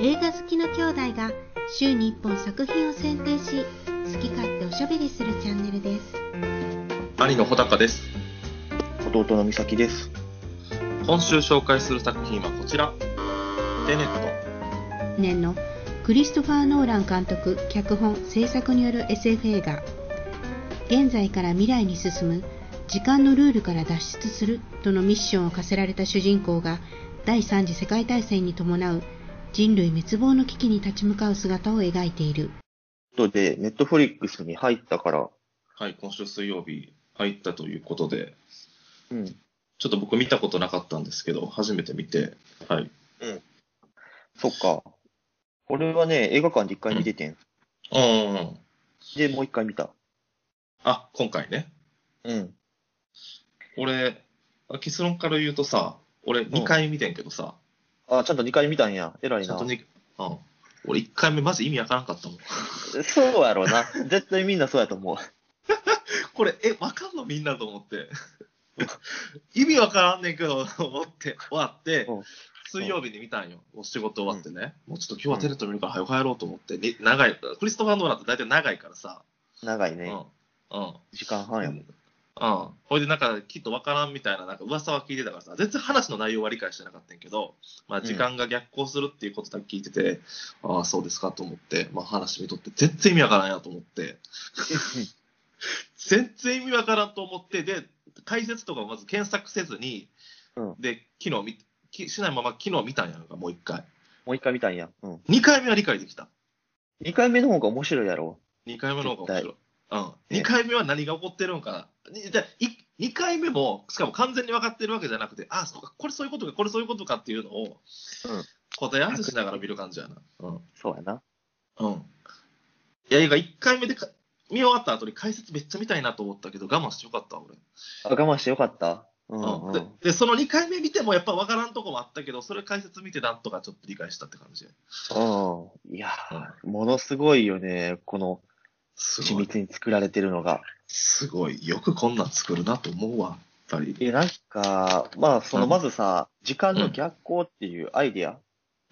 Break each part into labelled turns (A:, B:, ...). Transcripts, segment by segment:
A: 映画好きの兄弟が週に1本作品を選定し好き勝手おしゃべりするチャンネルです
B: 兄の穂高です
C: 弟の美咲です。
B: 今週紹介する作品はこちらテネッ
A: 年のクリストファー・ノーラン監督脚本制作による SF 映画現在から未来に進む時間のルールから脱出するとのミッションを課せられた主人公が第3次世界大戦に伴う人類滅亡の危機に立ち向かう姿を描いている
C: とで、ネットフリックスに入ったから、
B: トはい今週水曜日入ったということで
C: うん。
B: ちょっと僕見たことなかったんですけど初めて見てはい
C: そっか。俺はね、映画館で一回見ててん。
B: うん
C: で、もう一回見た。
B: あ今回ね
C: うん。
B: 俺結論から言うとさ俺2回見てんけどさ、
C: あ、ちゃんと二回見たんや。偉い
B: ちゃ
C: な。
B: んとに、うん、俺1回目マジ意味わからんかったもん
C: そうやろうな。 絶対みんなそうやと思う。
B: これえわかんのみんなと思って 意味わからんねんけどと思って終わって
C: うん
B: 水曜日に見たんよもう仕事終わってね、もうちょっと今日はテレ東見るから早く帰ろうと思って、に長いクリストファー・ノーランって大体長いからさ、
C: 長いね。
B: うんうん
C: 時間半やもん。
B: うん、ほいでなんかきっとわからんみたいななんか噂は聞いてたからさ全然話の内容は理解してなかったんやけど、まあ、時間が逆行するっていうことだけ聞いてて、ああそうですかと思って、まあ、話見とって全然意味わからんやと思って全然意味わからんと思ってで解説とかをまず検索せずに、
C: うん
B: で昨日見きしないまま昨日見たんやんかもう一回
C: もう一回見たんや。うん。
B: 2回目は理解できた
C: 二回目の方が面白いやろ。
B: 2回目の方が面白い。うん、
C: ね
B: 2回目は何が起こってるんかな。にでい2回目も、しかも完全に分かってるわけじゃなくて、あ、そうか、これそういうことか、これそういうことかっていうのを、
C: うん
B: 答え合わせしながら見る感じやな。うん。
C: そうやな。
B: うん。いや、映画1回目でか見終わった後に解説めっちゃ見たいなと思ったけど、我慢してよかったわ、俺。
C: あ我慢してよかった。うん、
B: うん
C: う
B: で
C: ん。
B: で、その2回目見てもやっぱ分からんとこもあったけど、それ解説見てなんとかちょっと理解したって感じ。
C: うん。いやー、ものすごいよね。この、
B: す
C: 緻
B: ごい。
C: 密に作られてるのが。
B: すごい。よくこんなん作るなと思うわ、やっぱり。
C: え、なんか、まあ、そうの、
B: ん
C: まずさ、時間の逆行っていうアイデア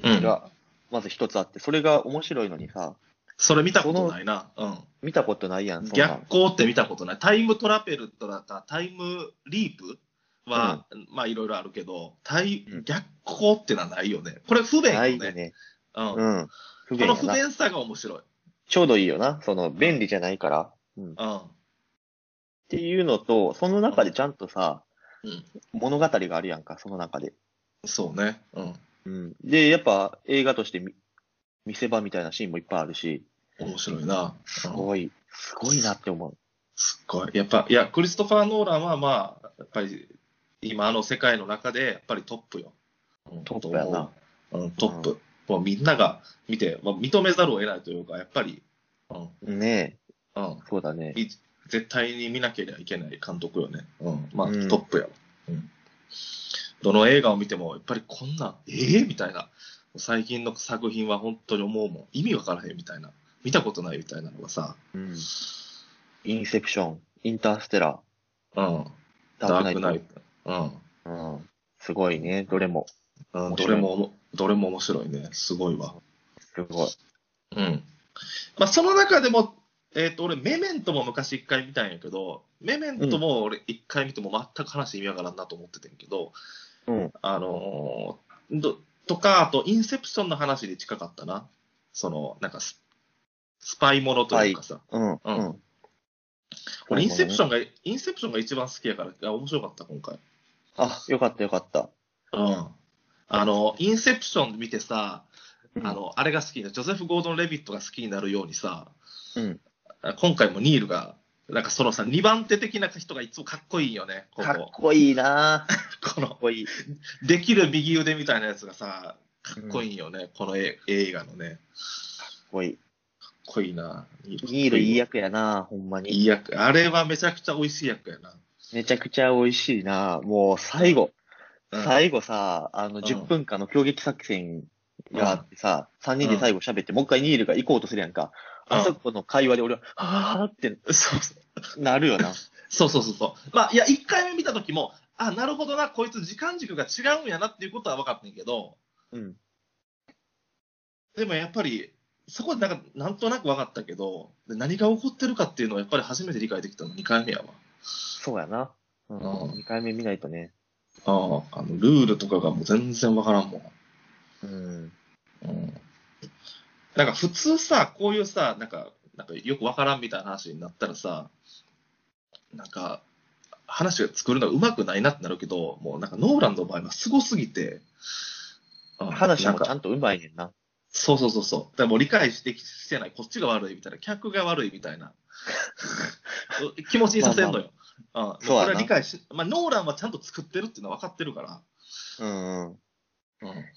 B: うん。
C: が、まず一つあって、それが面白いのにさ、
B: それ見たことないな。うん。
C: 見たことないやん、そんな
B: 逆
C: ん。
B: 光って見たことない。タイムトラベルとか、タイムリープは、まあいろいろあるけど、タイ
C: うん
B: 逆光ってのはないよね。これ不便
C: な
B: よ
C: いよ
B: ね。
C: ね。
B: うん
C: う
B: こ
C: ん。不
B: の
C: 便や
B: 不
C: な。
B: 便さが面白い。
C: ちょうどいいよな。その、便利じゃないから。う
B: う
C: ん。っ
B: ん。
C: ていうのと、その中でちゃんとさ、
B: うん
C: 物語があるやんか、その中で。
B: そうね。うん。
C: うん。で、やっぱ、映画として見、見せ場みたいなシーンもいっぱいあるし、
B: 面白いな。
C: す
B: うん
C: ごい、すごいなって思う。
B: すっごい。やっぱ、いや、クリストファー・ノーランはまあ、やっぱり今あの世界の中で、やっぱりトップよ。うん
C: トップやな。
B: うん、トップ。もうみんなが見て、まあ、認めざるを得ないというか、やっぱり、うん、
C: ね
B: うん。
C: え、そうだね。
B: い絶対に見なければいけない監督よね。うん。まあ、
C: うん
B: トップやわ、うん。どの映画を見ても、やっぱりこんなん、ええみたいな。最近の作品は本当に思うもん。意味わからへんみたいな。見たことないみたいなのがさ。
C: うん。インセプション、インターステラー、
B: うん。
C: ダークナ
B: イ
C: イト。
B: ト。うん。
C: うん。すごいね、どれも。
B: うん、
C: 面
B: ど
C: 白い
B: れもおも、どれも面白いね。すごいわ。
C: すごい。
B: うん。まあ、その中でも、えっ、と、俺、メメントも昔一回見たんやけど、メメントも俺一回見ても全く話意味わからんなと思っててんけど、
C: うん。
B: あのーど、とか、あと、インセプションの話に近かったな。その、なんかス、スパイものというかさ。
C: うん。
B: う
C: うんん。
B: 俺、インセプショ
C: ン。
B: ンが、インセプションが一番好きやから、あ面白かった、今回。
C: あ、よかったよかった。
B: うん。あの、インセプション見てさ、あ、の、あれが好きな、ジョセフ・ゴードン・レビットが好きになるようにさ、
C: うん。
B: あ今回もニールが、なんかそのさ、2番手的な人がいつもかっこいいよね、こ
C: かっ
B: こ。
C: こいいなぁ。か
B: この
C: っ、こいい。
B: できる右腕みたいなやつがさ、かっこいいよね、この絵映画のね。
C: かっこいい。
B: かっこいいな。
C: ニールいい
B: い
C: 役やなぁ、ほんまに。
B: い役。あれはめちゃくちゃ美味しい役やな。
C: めちゃくちゃ美味しいなぁ。もう最後、
B: うん
C: 最後さ、あ
B: う
C: の、
B: ん
C: 10分間の攻撃作戦があってさ、3人で最後喋って、もう一回ニールが行こうとするやんか。
B: うん
C: あそこの会話で俺は、はぁーって
B: そう
C: なるよな。
B: そうそうそうそう。まあ、いや、1回目見た時も、あ、なるほどな、こいつ時間軸が違うんやなっていうことは分かってんけど、
C: うん。
B: でもやっぱり、そこでなんか、なんとなく分かったけど、で何が起こってるかっていうのはやっぱり初めて理解できたの2回目やわ。
C: そうやな。うん。
B: うん
C: 2回目見ないとね。
B: ああ、あの、ルールとかがもう全然分からんもん。
C: うん。
B: うんなんか普通さ、こういうさ、なんか、なんかよくわからんみたいな話になったらさ、なんか、話を作るのがうまくないなってなるけど、もうなんかノーランドの場合はすごすぎて、あ
C: 話
B: なん
C: もちゃ
B: か、
C: んとうまいねんな。
B: そうそうそうそう。だからもう理解してきしてない、こっちが悪いみたいな、客が悪いみたいな 気持ちにさせんのよ。うん
C: そうやな
B: これは理解し、まあノーランはちゃんと作ってるっていうのは分かってるから。
C: うんうん。
B: うん、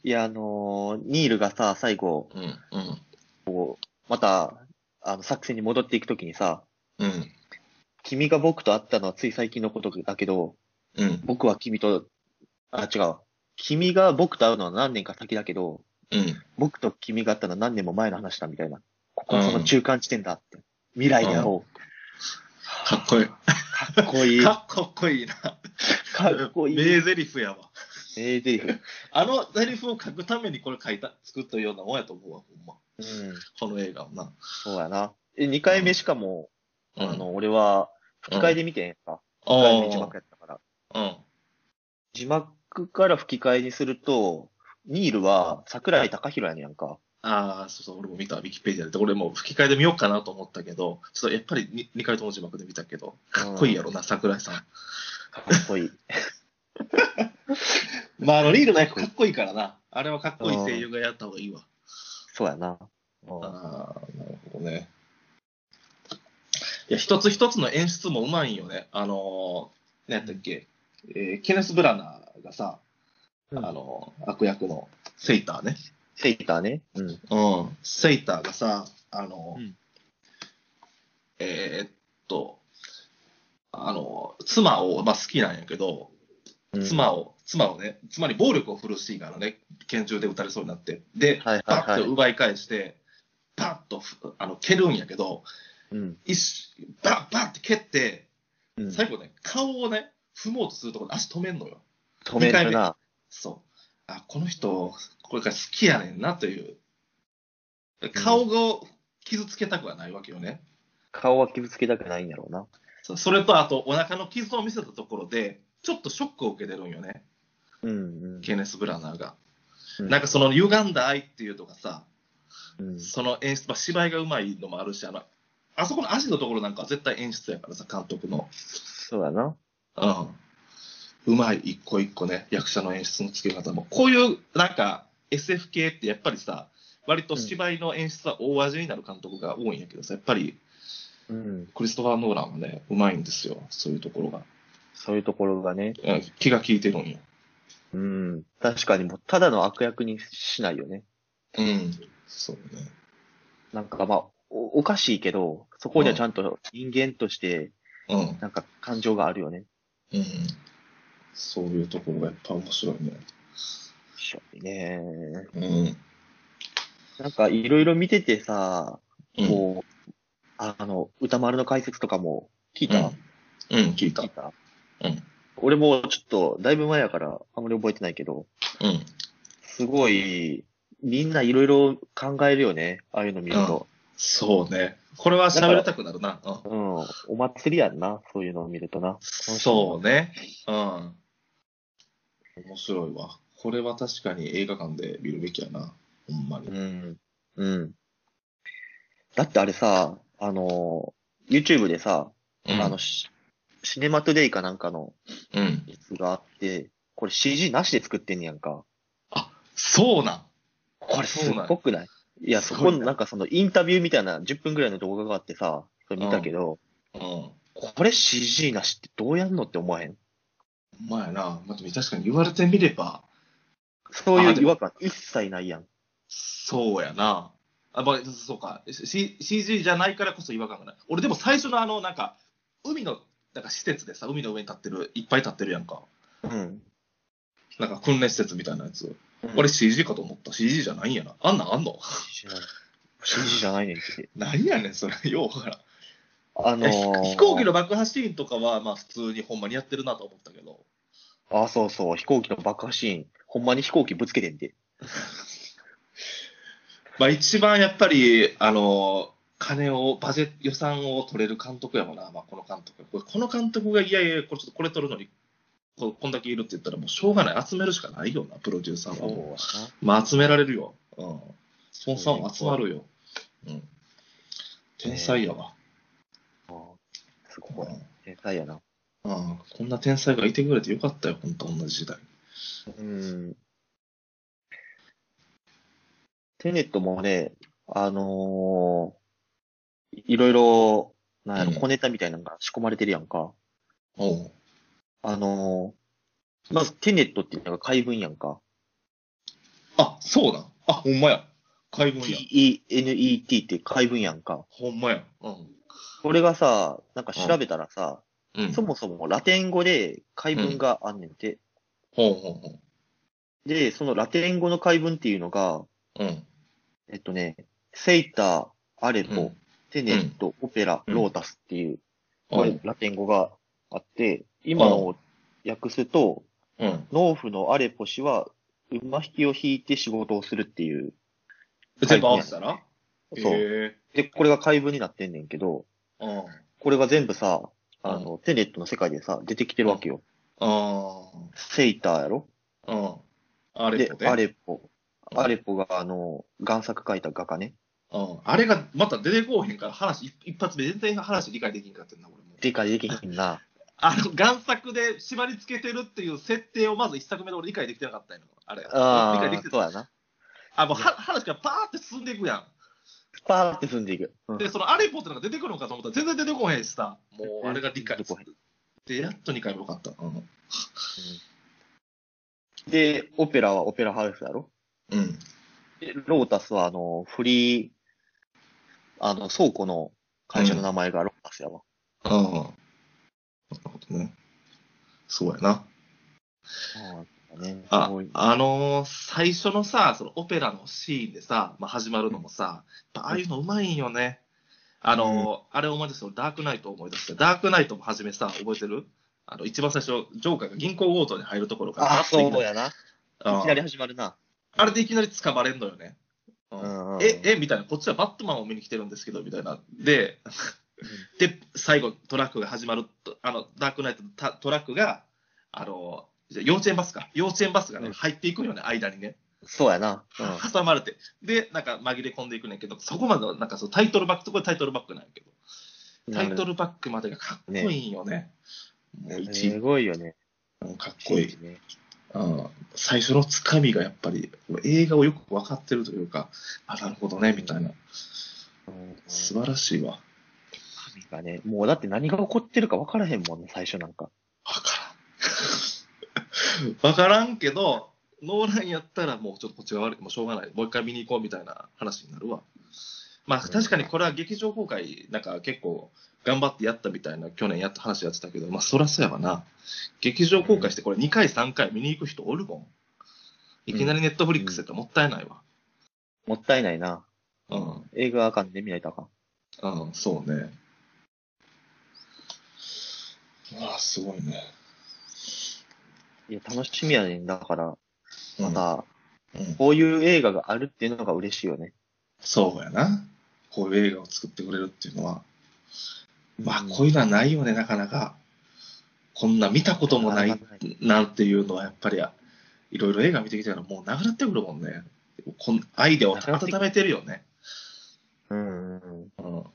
C: いや、あのーニールがさ、最後、
B: うん、うん、
C: また、あの、作戦に戻っていくときにさ、
B: うん、
C: 君が僕と会ったのはつい最近のことだけど、
B: うん、
C: 僕は君と、あ、違う。君が僕と会うのは何年か先だけど、
B: うん。
C: 僕と君が会ったのは何年も前の話だみたいな。ここはその中間地点だって。未来だろう。
B: かっこいい。
C: かっこいい。か
B: かっこいいな。
C: っこいい。
B: 名台詞やわ。
C: 名台詞。うん。
B: あの台詞を書くためにこれ書いた、作ったようなもんやと思うわ、ほんま。この映画をな。
C: そうやな。え、2回目しかも、
B: うん
C: あ、の、俺は、吹き替えで見てんやんか。
B: あ
C: 吹き替えで字
B: ー
C: 幕やったから。
B: うん。
C: 字幕から吹き替えにすると、ニールは桜井貴弘やねんやんか。
B: ああ、そうそう、俺も見た、ウィキペディアで。俺も吹き替えで見ようかなと思ったけど、ちょっとやっぱり2回とも字幕で見たけど、かっこいいやろな、桜井さん。
C: かっこいい。
B: まあ、あの、リーグの役かっこいいからな。あれはかっこいい声優がやった方がいいわ。
C: そうや
B: あ
C: な。
B: あ、なるほどね。いや、一つ一つの演出もうまいんよね。あのー、何やったっけ、えーケネス・ブラナーがさ、
C: うん
B: あのー、悪役のセイターね。
C: セイターね。うん。
B: うん。セイターがさ、あのー、
C: うん
B: えーっと、あのー、妻を、まあ、好きなんやけど、
C: うん。
B: 妻を、妻をね、妻に暴力を振るうシーンがあるのね、拳銃で撃たれそうになって、で、
C: はいはいはい
B: パッと奪い返して、パッとふあの蹴るんやけど、
C: うん。
B: 一瞬バッバッって蹴って、
C: うん。
B: 最後ね、顔をね、踏もうとするところで足止めんのよ。
C: 止めるな。
B: そう。あ、この人、これから好きやねんなという。顔を傷つけたくはないわけよね。
C: 顔は傷つけたくないんやろうな。
B: そそれと、あと、お腹の傷を見せたところで、ちょっとショックを受けてるんよね、
C: うん。
B: ケネス・ブラナーが。
C: うん。
B: なんかその歪んだ愛っていうとかさ、
C: うん、
B: その演出、まあ、芝居がうまいのもあるし、あの、あそこの足のところなんかは絶対演出やからさ、監督の。
C: そうやな。
B: うん。うまい、一個一個ね、役者の演出の付け方も。こういう、なんか、SF 系ってやっぱりさ、割と芝居の演出は大味になる監督が多いんやけどさ、やっぱり
C: うん。
B: クリストファー・ノーランはね、うまいんですよ、そういうところが。
C: そういうところがね。
B: うん、気が利いてるんよ。
C: うん。確かにもう、ただの悪役にしないよね。
B: うん。そうね。
C: なんかまあ、おおかしいけど、そこにはちゃんと人間として、
B: うん。
C: なんか感情があるよね。
B: うん。そういうところがやっぱ面白いね。
C: ねえ。
B: うん。
C: なんかいろいろ見ててさ、
B: うん
C: こう、あの、歌丸の解説とかも聞いた、
B: うん、うん、聞いた
C: 聞い。た、
B: うん
C: 俺もちょっと、だいぶ前やから、あんまり覚えてないけど、
B: うん。
C: すごい、みんないろいろ考えるよね、ああいうの見ると。
B: そうね。これは喋りたくなるな。うん。
C: うん、お祭りやんな、そういうのを見るとな。
B: そうね。うん。面白いわ。これは確かに映画館で見るべきやな。ほんまに。
C: うん。うん。だってあれさ、あの、YouTube でさ、あの、シシネマトゥデイかなんかの
B: うん。
C: やつがあって、これ CG なしで作ってんねやんか。
B: そうなん。
C: これすっごくないいや、
B: す
C: そ
B: ごいな
C: このなんかそのインタビューみたいな10分ぐらいの動画があってさ、それ見たけど、
B: うん。ほ
C: これ CG なしってどうやんのって思わへん
B: んまやな。まあ、でも確かに言われてみれば、
C: そうい
B: あでも
C: う違和感一切ないやん。
B: そうやな。あ、まあ、そうか。C、CG じゃないからこそ違和感がない。俺でも最初のあの、なんか、海の、なんか施設でさ、海の上に立ってる、いっぱい立ってるやんか。
C: うん。
B: なんか訓練施設みたいなやつ。
C: うん
B: 俺 CG かと思った。CG じゃないんやな。あんなんあんの
C: CG じゃない CG じゃないねんって。
B: なんやねん、それ。 ようわからん。
C: あの
B: え
C: ー、
B: ひ飛行機の爆破シーンとかは、まあ普通にほんまにやってるなと思ったけど。
C: あ、そうそう、飛行機の爆破シーン。ほんまに飛行機ぶつけてんで。
B: まあ一番やっぱり、あの、金を、バジェット、予算を取れる監督やもんな、まあこの監督。これこの監督が、いやいや、これちょっとこれ取るのに、ここんだけいるって言ったらもうしょうがない。集めるしかないよな、プロデューサーはもう。まあ集められるよ。うん。スポンサーも集まるよ。うん。天才やわ。
C: すごい。天才やな。
B: うん。こんな天才がいてくれてよかったよ、本当同じ時代。
C: うん。テネットもね、あのーいいろいろ、なんやろ、
B: うん
C: 小ネタみたいなのが仕込まれてるやんか。
B: おう。
C: あのーまずテネットっていうのが怪文やんか。
B: あ、そうなん。あ、ほんまや。海軍や。
C: T-E-N-E-T って怪文やんか。
B: ほんまや。うん。
C: これがさ、なんか調べたらさ、
B: うん。
C: そもそもラテン語で怪文があんねんて。
B: ほうほうほ
C: で、そのラテン語の怪文っていうのが、
B: う。うん。
C: えっとね、セイター、アレポ、
B: うん
C: テネット、オペラ、
B: うん
C: ロータスっていう、
B: おう。
C: ラテン語があって、今の訳すと、
B: うん。
C: 農夫のアレポ氏は馬引きを引いて仕事をするっていう、
B: 全部合わせたら
C: そう。
B: へ
C: で、これが怪文になってんねんけど、
B: え。うん。
C: これが全部さ、あの、テネットの世界でさ、出てきてるわけよ。
B: あ
C: セイターやろ
B: あ。うん。あれ
C: で
B: と、
C: アレポ。
B: うん
C: アレポが、あの、贋作書いた画家ね。
B: うん。あれがまた出てこうへんから話、一一発目全然話理解できんかってんな、俺も。
C: でかいできへんな。
B: あの、贋作で縛り付けてるっていう設定をまず一作目で俺理解できてなかったんやあれ。
C: あ
B: 理解でき
C: あ、
B: て
C: そう
B: た。
C: やな。
B: あ、もうは話がパーって進んでいくやん。
C: パーって進んでいく。うん
B: で、そのアレポってのが出てくるのかと思ったら全然出てこへんしさ、もうあれが理解
C: 出てこへん
B: で、やっと2回目よかった。うん。
C: で、オペラはオペラハウスやろ
B: うん。
C: でロータスは、あの、フリー、あの、倉庫の会社の名前がロータスやわ。
B: ああ。なるほどね。そうやな。
C: ああね、す
B: あ
C: ごい。、
B: あのー最初のさ、そのオペラのシーンでさ、まあ、始まるのもさ、やっぱああいうのうまいんよね。あのーあれ思い出すよ。ダークナイトを思い出して、ダークナイトも初めさ、覚えてるあの、一番最初、ジョーカーが銀行強盗に入るところから、
C: ああ、
B: パッといき
C: そ
B: な
C: う
B: り
C: やな。い
B: うん
C: きなり始まるな。
B: あれでいきなり掴まれんのよね。うん
C: うんうん
B: え、え、みたいな。こっちはバットマンを見に来てるんですけど、みたいな。で、で、最後、トラックが始まると、あの、ダークナイトのたトラックが、あの、じゃあ幼稚園バスか。幼稚園バスがね、
C: うん
B: 入っていくよね、間にね。
C: そうやな。
B: 挟まれて。で、なんか紛れ込んでいくねんけど、そこまでは、なんかそのタイトルバック、そこでタイトルバックなんやけど、
C: うん。
B: タイト
C: ル。
B: ルバックまでがかっこいいんよね。もう一
C: すごいよね。
B: うんかっこいい。
C: ね。
B: うん最初のつかみがやっぱり映画をよく分かってるというか、あ、なるほどね、みたいな。
C: うん
B: 素晴らしいわ。わ
C: 神がね、もうだって何が起こってるか分からへんもんね、最初なんか。
B: からん。わからんけど、ノーランやったらもうちょっとこっちが悪い、もうしょうがない。もう一回見に行こうみたいな話になるわ。まあ確かにこれは劇場公開、なんか結構頑張ってやったみたいな、去年やった話やってたけど、まあそらそうやわな。劇場公開してこれ2回3回見に行く人おるもん。いきなりネットフリックスやったらもったいないわ。
C: もったいないな。
B: うん。
C: 映画あかんで見ないとあかん。
B: うん、そうね。わあ、すごいね。
C: いや、楽しみやねん。だから、また、
B: うん、うん
C: こういう映画があるっていうのが嬉しいよね。
B: そうやな。こういう映画を作ってくれるっていうのは。まあ
C: う、ん
B: こういうのはないよね、なかなか。こんな見たこともな
C: ないかなかな
B: なんていうのは、やっぱり、いろいろ映画見てきたら、もうなくなってくるもんね。こんアイデアを温めてるよね。
C: うんうんうん。
B: うん。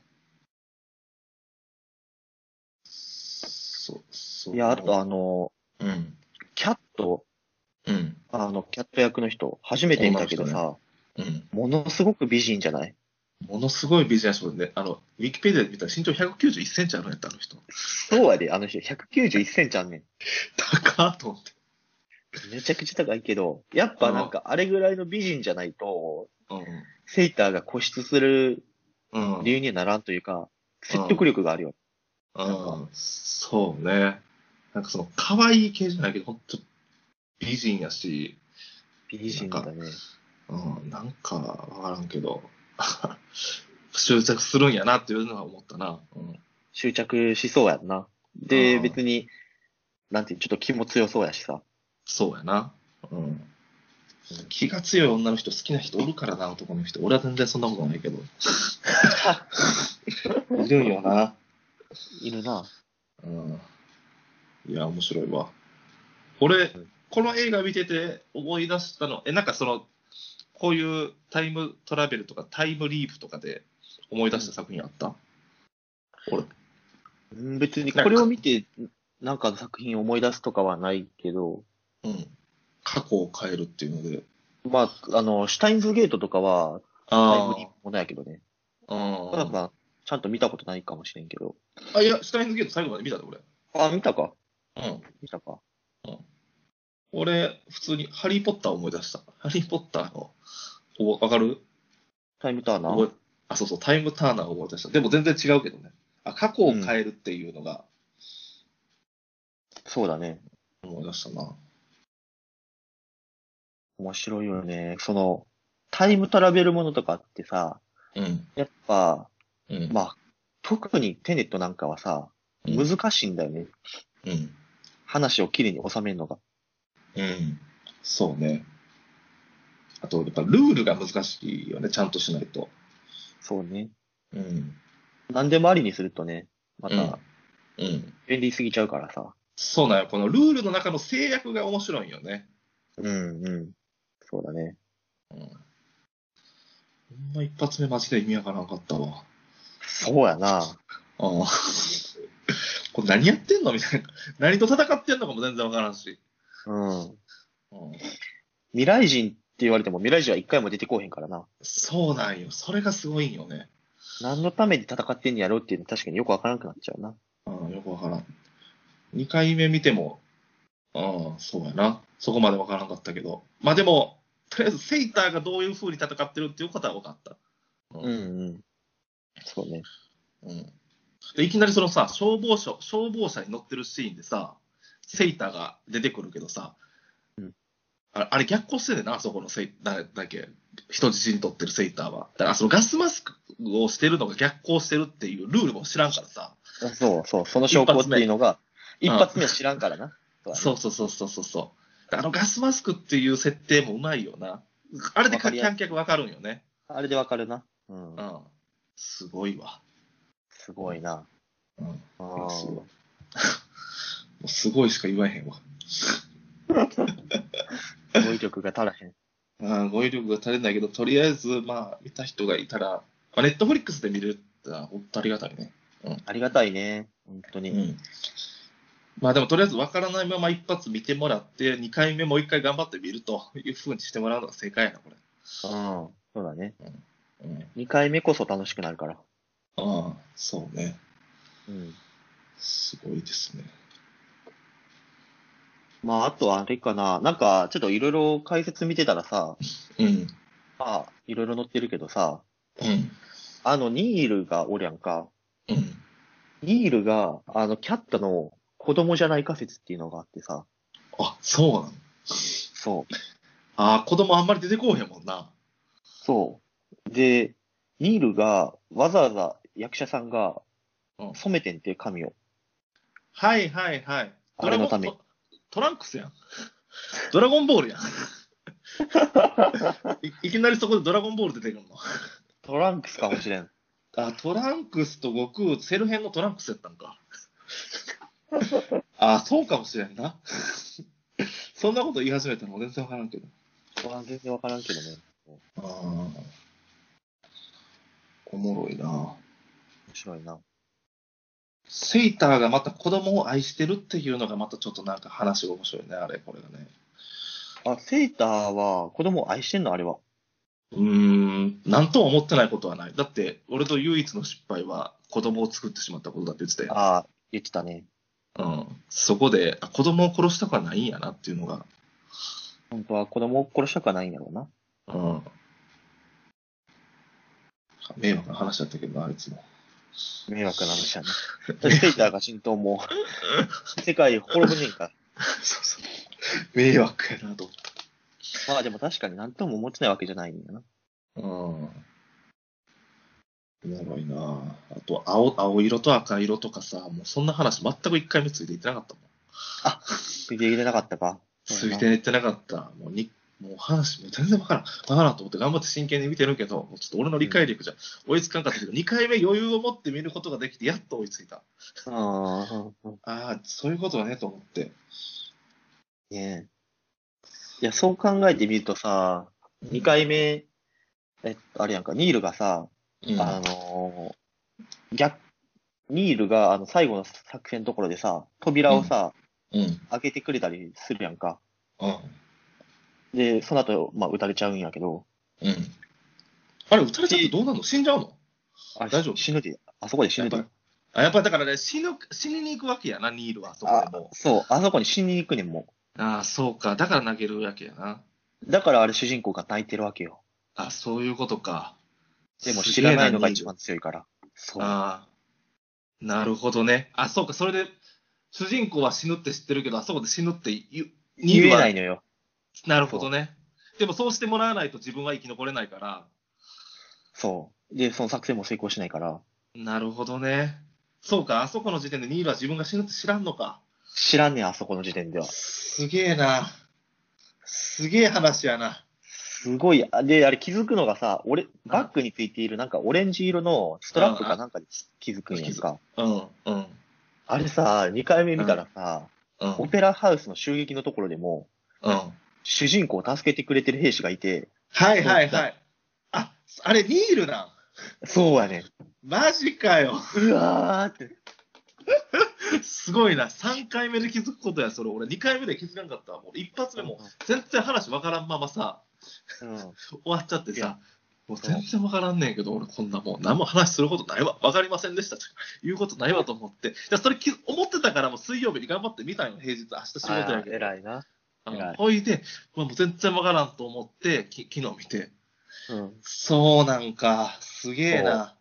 B: そう、そう。
C: いや、あとあの、
B: うん。
C: キャット、
B: うん。
C: あの、キャット役の人、初めて見たけど
B: 女
C: さ、
B: うん。
C: ものすごく美人じゃない
B: ものすごい美人な人で、あの、ウィキペディアで見たら身長191センチあるんやった、あの人。
C: そうやで、あの人、191センチあんねん。
B: 高っと思って。
C: めちゃくちゃ高いけど、やっぱなんか、あれぐらいの美人じゃないと、セイターが固執する
B: うん。うん。
C: 理由にはならんというか、説得力があるよ。
B: うん。そうね。なんかその、可愛い系じゃないけど、ほんと、美人やし、
C: 美人だね。
B: うん、なんか、わからんけど、 執着するんやなっていうのは思ったな。うん。
C: 執着しそうやんな。で、
B: うん
C: 別に、なんていう、ちょっと気も強そうやしさ。
B: そうやな。うん。気が強い女の人好きな人おるからな、男の人。俺は全然そんなこと ないけど。いるんよな。
C: いるな。
B: うん。いや、面白いわ。俺、この映画見てて思い出したの、え、なんかその、こういうタイムトラベルとかタイムリープとかで思い出した作品あった俺、
C: うん別にこれを見て、なんか作品思い出すとかはないけど、
B: うん。過去を変えるっていうので。
C: まあ、あの、シュタインズゲートとかは、タイ
B: あ
C: ムリープもないけどね。
B: あ。
C: ただ
B: あ
C: まあ、ちゃんと見たことないかもしれんけど。
B: あ、いや、シュタインズゲート最後まで見たで、俺。
C: あ、見たか
B: うん。
C: 見たか
B: 俺、普通にハリー・ポッターを思い出した。ハリー・ポッターの、おわかる
C: タイムターナ
B: 覚
C: ー
B: えあ、そうそう、タイムターナーを思い出した。でも全然違うけどね。あ、過去を変えるっていうのが
C: そうだね。
B: 思い出したな。
C: 面白いよね。その、タイムトラベルものとかってさ、
B: うん。
C: やっぱ、
B: うん。
C: まあ、特にテネットなんかはさ、
B: うん
C: 難しいんだよね。
B: うん。
C: 話をきれいに収めるのが。
B: うん。そうね。あと、やっぱルールが難しいよね、ちゃんとしないと。
C: そうね。
B: うん。
C: 何でもありにするとね、ま
B: うん
C: た、
B: うん。
C: 便利すぎちゃうからさ。
B: そうなんよ。このルールの中の制約が面白いんよね。
C: うん、うん。そうだね。
B: うん。ほんま一発目マジで意味わからんかったわ。
C: そうやな。
B: ああ。 これ何やってんのみたいな。何と戦ってんのかも全然わからんし。
C: うん。
B: うん、
C: 未来人って言われても未来人は一回も出てこうへんからな。
B: そうなんよ。それがすごいんよね。
C: 何のために戦ってんやろうっていうの確かによくわからなくなっちゃうな。
B: うん、よくわからん。2回目見ても、うん、そうやな。そこまでわからんかったけど。まあでも、とりあえずセイターがどういう風に戦ってるっていうことは分かった。
C: うんうん。そうね。
B: うん。で、いきなりそのさ、消防車、消防車に乗ってるシーンでさ、セイターが出てくるけどさ、
C: うん
B: ああれ逆行してるな、あそこのセイだだけ、人質に取ってるセイターは。だからそのガスマスクをしてるのが逆行してるっていうルールも知らんからさ、
C: あそうそう。その証拠っていうのが、
B: 一
C: 一
B: 発
C: 発目は知らんからな。
B: そうそうそうそうそうそう。あのガスマスクっていう設定もうまいよな。あれで
C: わか
B: 観
C: りやすい
B: 客わかるんよね。
C: あれでわかるな。うん
B: う。ん。すごいわ。
C: すごいな。
B: うん。
C: あ
B: すごい
C: ー
B: もうすごいしか言わへんわ。
C: 語彙力が足らへん。
B: まあ、語彙力が足りないけど、とりあえず、まあ、見た人がいたら、まあ、ネットフリックスで見れるってのは本当ありがたいね。
C: ありがたいね。本当に。
B: ん。まあでも、とりあえず分からないまま一発見てもらって、2回目もう1回頑張って見るというふうにしてもらうのが正解やな、こ
C: うん。そうだね。
B: れ。うん。
C: 二回目こそ楽しくなるから。
B: ああ、そうね。
C: うん。
B: すごいですね。
C: まあ、あとはあれかな。なんか、ちょっといろいろ解説見てたらさ、
B: うん。
C: まあ、いろいろ載ってるけどさ、
B: うん。
C: あの、ニールがおるやんか。
B: うん。
C: ニールが、あの、キャッタの子供じゃないか説っていうのがあってさ、
B: あ、そうなの
C: そう。
B: ああ、子供あんまり出てこうへんもんな。
C: そう。で、ニールが、わざわざ役者さんが
B: うん、
C: 染めてんっていう髪を。
B: はいはいはい。
C: あれのため
B: ドラゴントトランクスやん。 ドラゴンボー ルやん。いいきなりそこでドラゴンボール出てくるの。
C: トランクスかもしれ ん。
B: あ、トランクスと悟空、セル編のトランクスやったん か。あ、そうかもしれんな。そんなこと言い始めたのも全然わからんけど。
C: わ全然わからんけどね。
B: ああ。おもろいな。
C: 面白いな。
B: セイターがまた子供を愛してるっていうのがまたちょっとなんか話が面白いね、あれ、これがね。
C: あ、セイターは子供を愛してんのあれは。
B: うーん、なんとも思ってないことはない。だって、俺と唯一の失敗は子供を作ってしまったことだって言ってたよ。
C: ああ、言ってたね。
B: うん。そこで、あ子供を殺したくはないんやなっていうのが、
C: 本当は子供を殺したくはないんやろうな。
B: うん。迷惑な話だったけどな、あいつも。
C: 迷惑な話や ね。セイターが浸透も、世界滅ぶねんか。
B: そうそう。迷惑やなと
C: まあでも確かに何とも思ってないわけじゃないんだな。
B: 思った。うん。やばいなあと青、青色と赤色とかさ、もうそんな話全く一回目ついていってなかったもん。
C: ついて入れなかったか。
B: ついていってなかった。もうにもう話、もう全然わからん。わからんと思って頑張って真剣に見てるけど、もうちょっと俺の理解力じゃ追いつかんかったけど、2回目余裕を持って見ることができて、やっと追いついた。
C: ああ、
B: ああ、そういうことだねと思って。
C: ねえ。いや、そう考えてみるとさ、2回目、えっと、あれやんか、ニールがさ、
B: うん、
C: あのー逆、ニールがあの最後の作戦のところでさ、扉をさ、
B: うん。
C: 開けてくれたりするやんか。
B: うん。
C: で、その後、まあ、撃たれちゃうんやけど、
B: うん。あれ、撃たれちゃってどうなの死んじゃうの
C: あ
B: 大丈夫
C: 死ぬで、あそこで死
B: やっ
C: ぬ
B: ぱ
C: で
B: り。。あやっぱりだからね、死ぬ、死にに行くわけやな、ニールは、そこ
C: あ
B: でも。
C: そう、あそこに死にに行くねんも
B: ああ、そうか。だから投げるわけやな。
C: ん。だからあれ主人公が泣いてるわけよ。
B: あそういうことか。
C: でも
B: す
C: 知
B: げえ
C: らないのが一番強いから。そう。
B: ああ、なるほどね。あ、そうか、それで、主人公は死ぬって知ってるけど、あそこで死ぬって言う
C: 言えない
B: ね。
C: のよ。
B: なるほどね。でもそうしてもらわないと自分は生き残れないから、
C: そう。で、その作戦も成功しないから。
B: なるほどね。そうか、あそこの時点でニールは自分が死ぬって知らんのか。
C: 知らんねん、あそこの時点では。
B: すげえな。すげえ話やな。
C: すごい。あで、あれ気づくのがさ、俺、バッグについているなんかオレンジ色のストラップかなんかで気づくんやんか。
B: うん、うん、
C: あれさ、2回目見たらさ、
B: うん、
C: オペラハウスの襲撃のところでも、
B: うん。
C: 主人公を助けてくれてる兵士がいて、
B: はいはいはい。あ、あれニールなん。
C: そうやねん。
B: マジかよ。
C: うわーって。
B: すごいな。3回目で気づくことや、それ。俺、2回目で気づかんかったわ。もう一発目も、全然話わからんままさ、
C: うん。
B: 終わっちゃって
C: いや
B: さ、もう全然わからんねんけど、俺こんなもう、何も話することないわ。わかりませんでした。ということないわと思って。いや、それき思ってたから、もう水曜日に頑張ってみたいの、平日、明日仕事やけど。
C: 偉いな。
B: あ
C: 偉い
B: のほいで、まあ、もう全然わからんと思って、き昨日見て。
C: うん。
B: そうなんか、すげえな。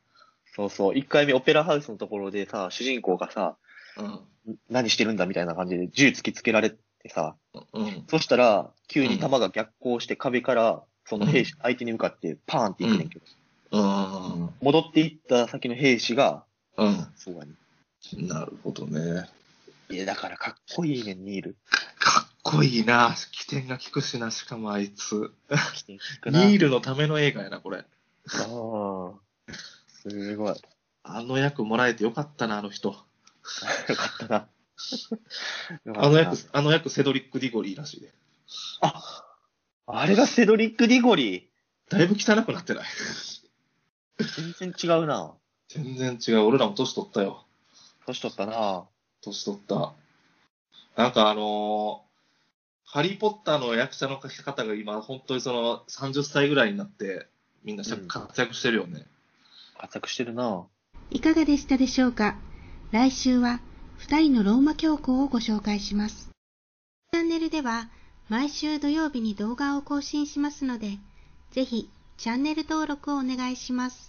C: そうそう。1回目オペラハウスのところでさ、主人公がさ、
B: うん。
C: 何してるんだみたいな感じで銃突きつけられてさ、
B: うん。
C: そしたら、急に弾が逆行して壁から、その兵士、相手に向かってパーンっていくねんけど、
B: うん。
C: 戻っていった先の兵士が、
B: うん。
C: そうやね。
B: なるほどね。
C: いや、だからかっこいいねん、ニール。
B: かっこいいな。起点が効くしな、しかもあいつ。
C: 来てくな。
B: ニールのための映画やな、これ。
C: ああ。すごい。よか
B: あの役もらえてよかったな、あの人。
C: ったな。よかったな
B: あの役、あの役、セドリック・ディゴリーらしいで。
C: あ、あれがセドリック・ディゴリ
B: だいぶ汚くなってない。
C: ー。全然違うな。
B: 全然違う。俺らも年取ったよ。
C: 年取ったな。
B: 年取った。なんかあのーハリー・ポッターの役者の書き方が今、本当にその30歳ぐらいになって、みんなしゃ
C: うん
B: 活躍してるよね。
C: 活躍してるな。
A: いかがでしたでしょうか来週は2人のローマ教皇をご紹介します。チャンネルでは毎週土曜日に動画を更新しますので、ぜひチャンネル登録をお願いします。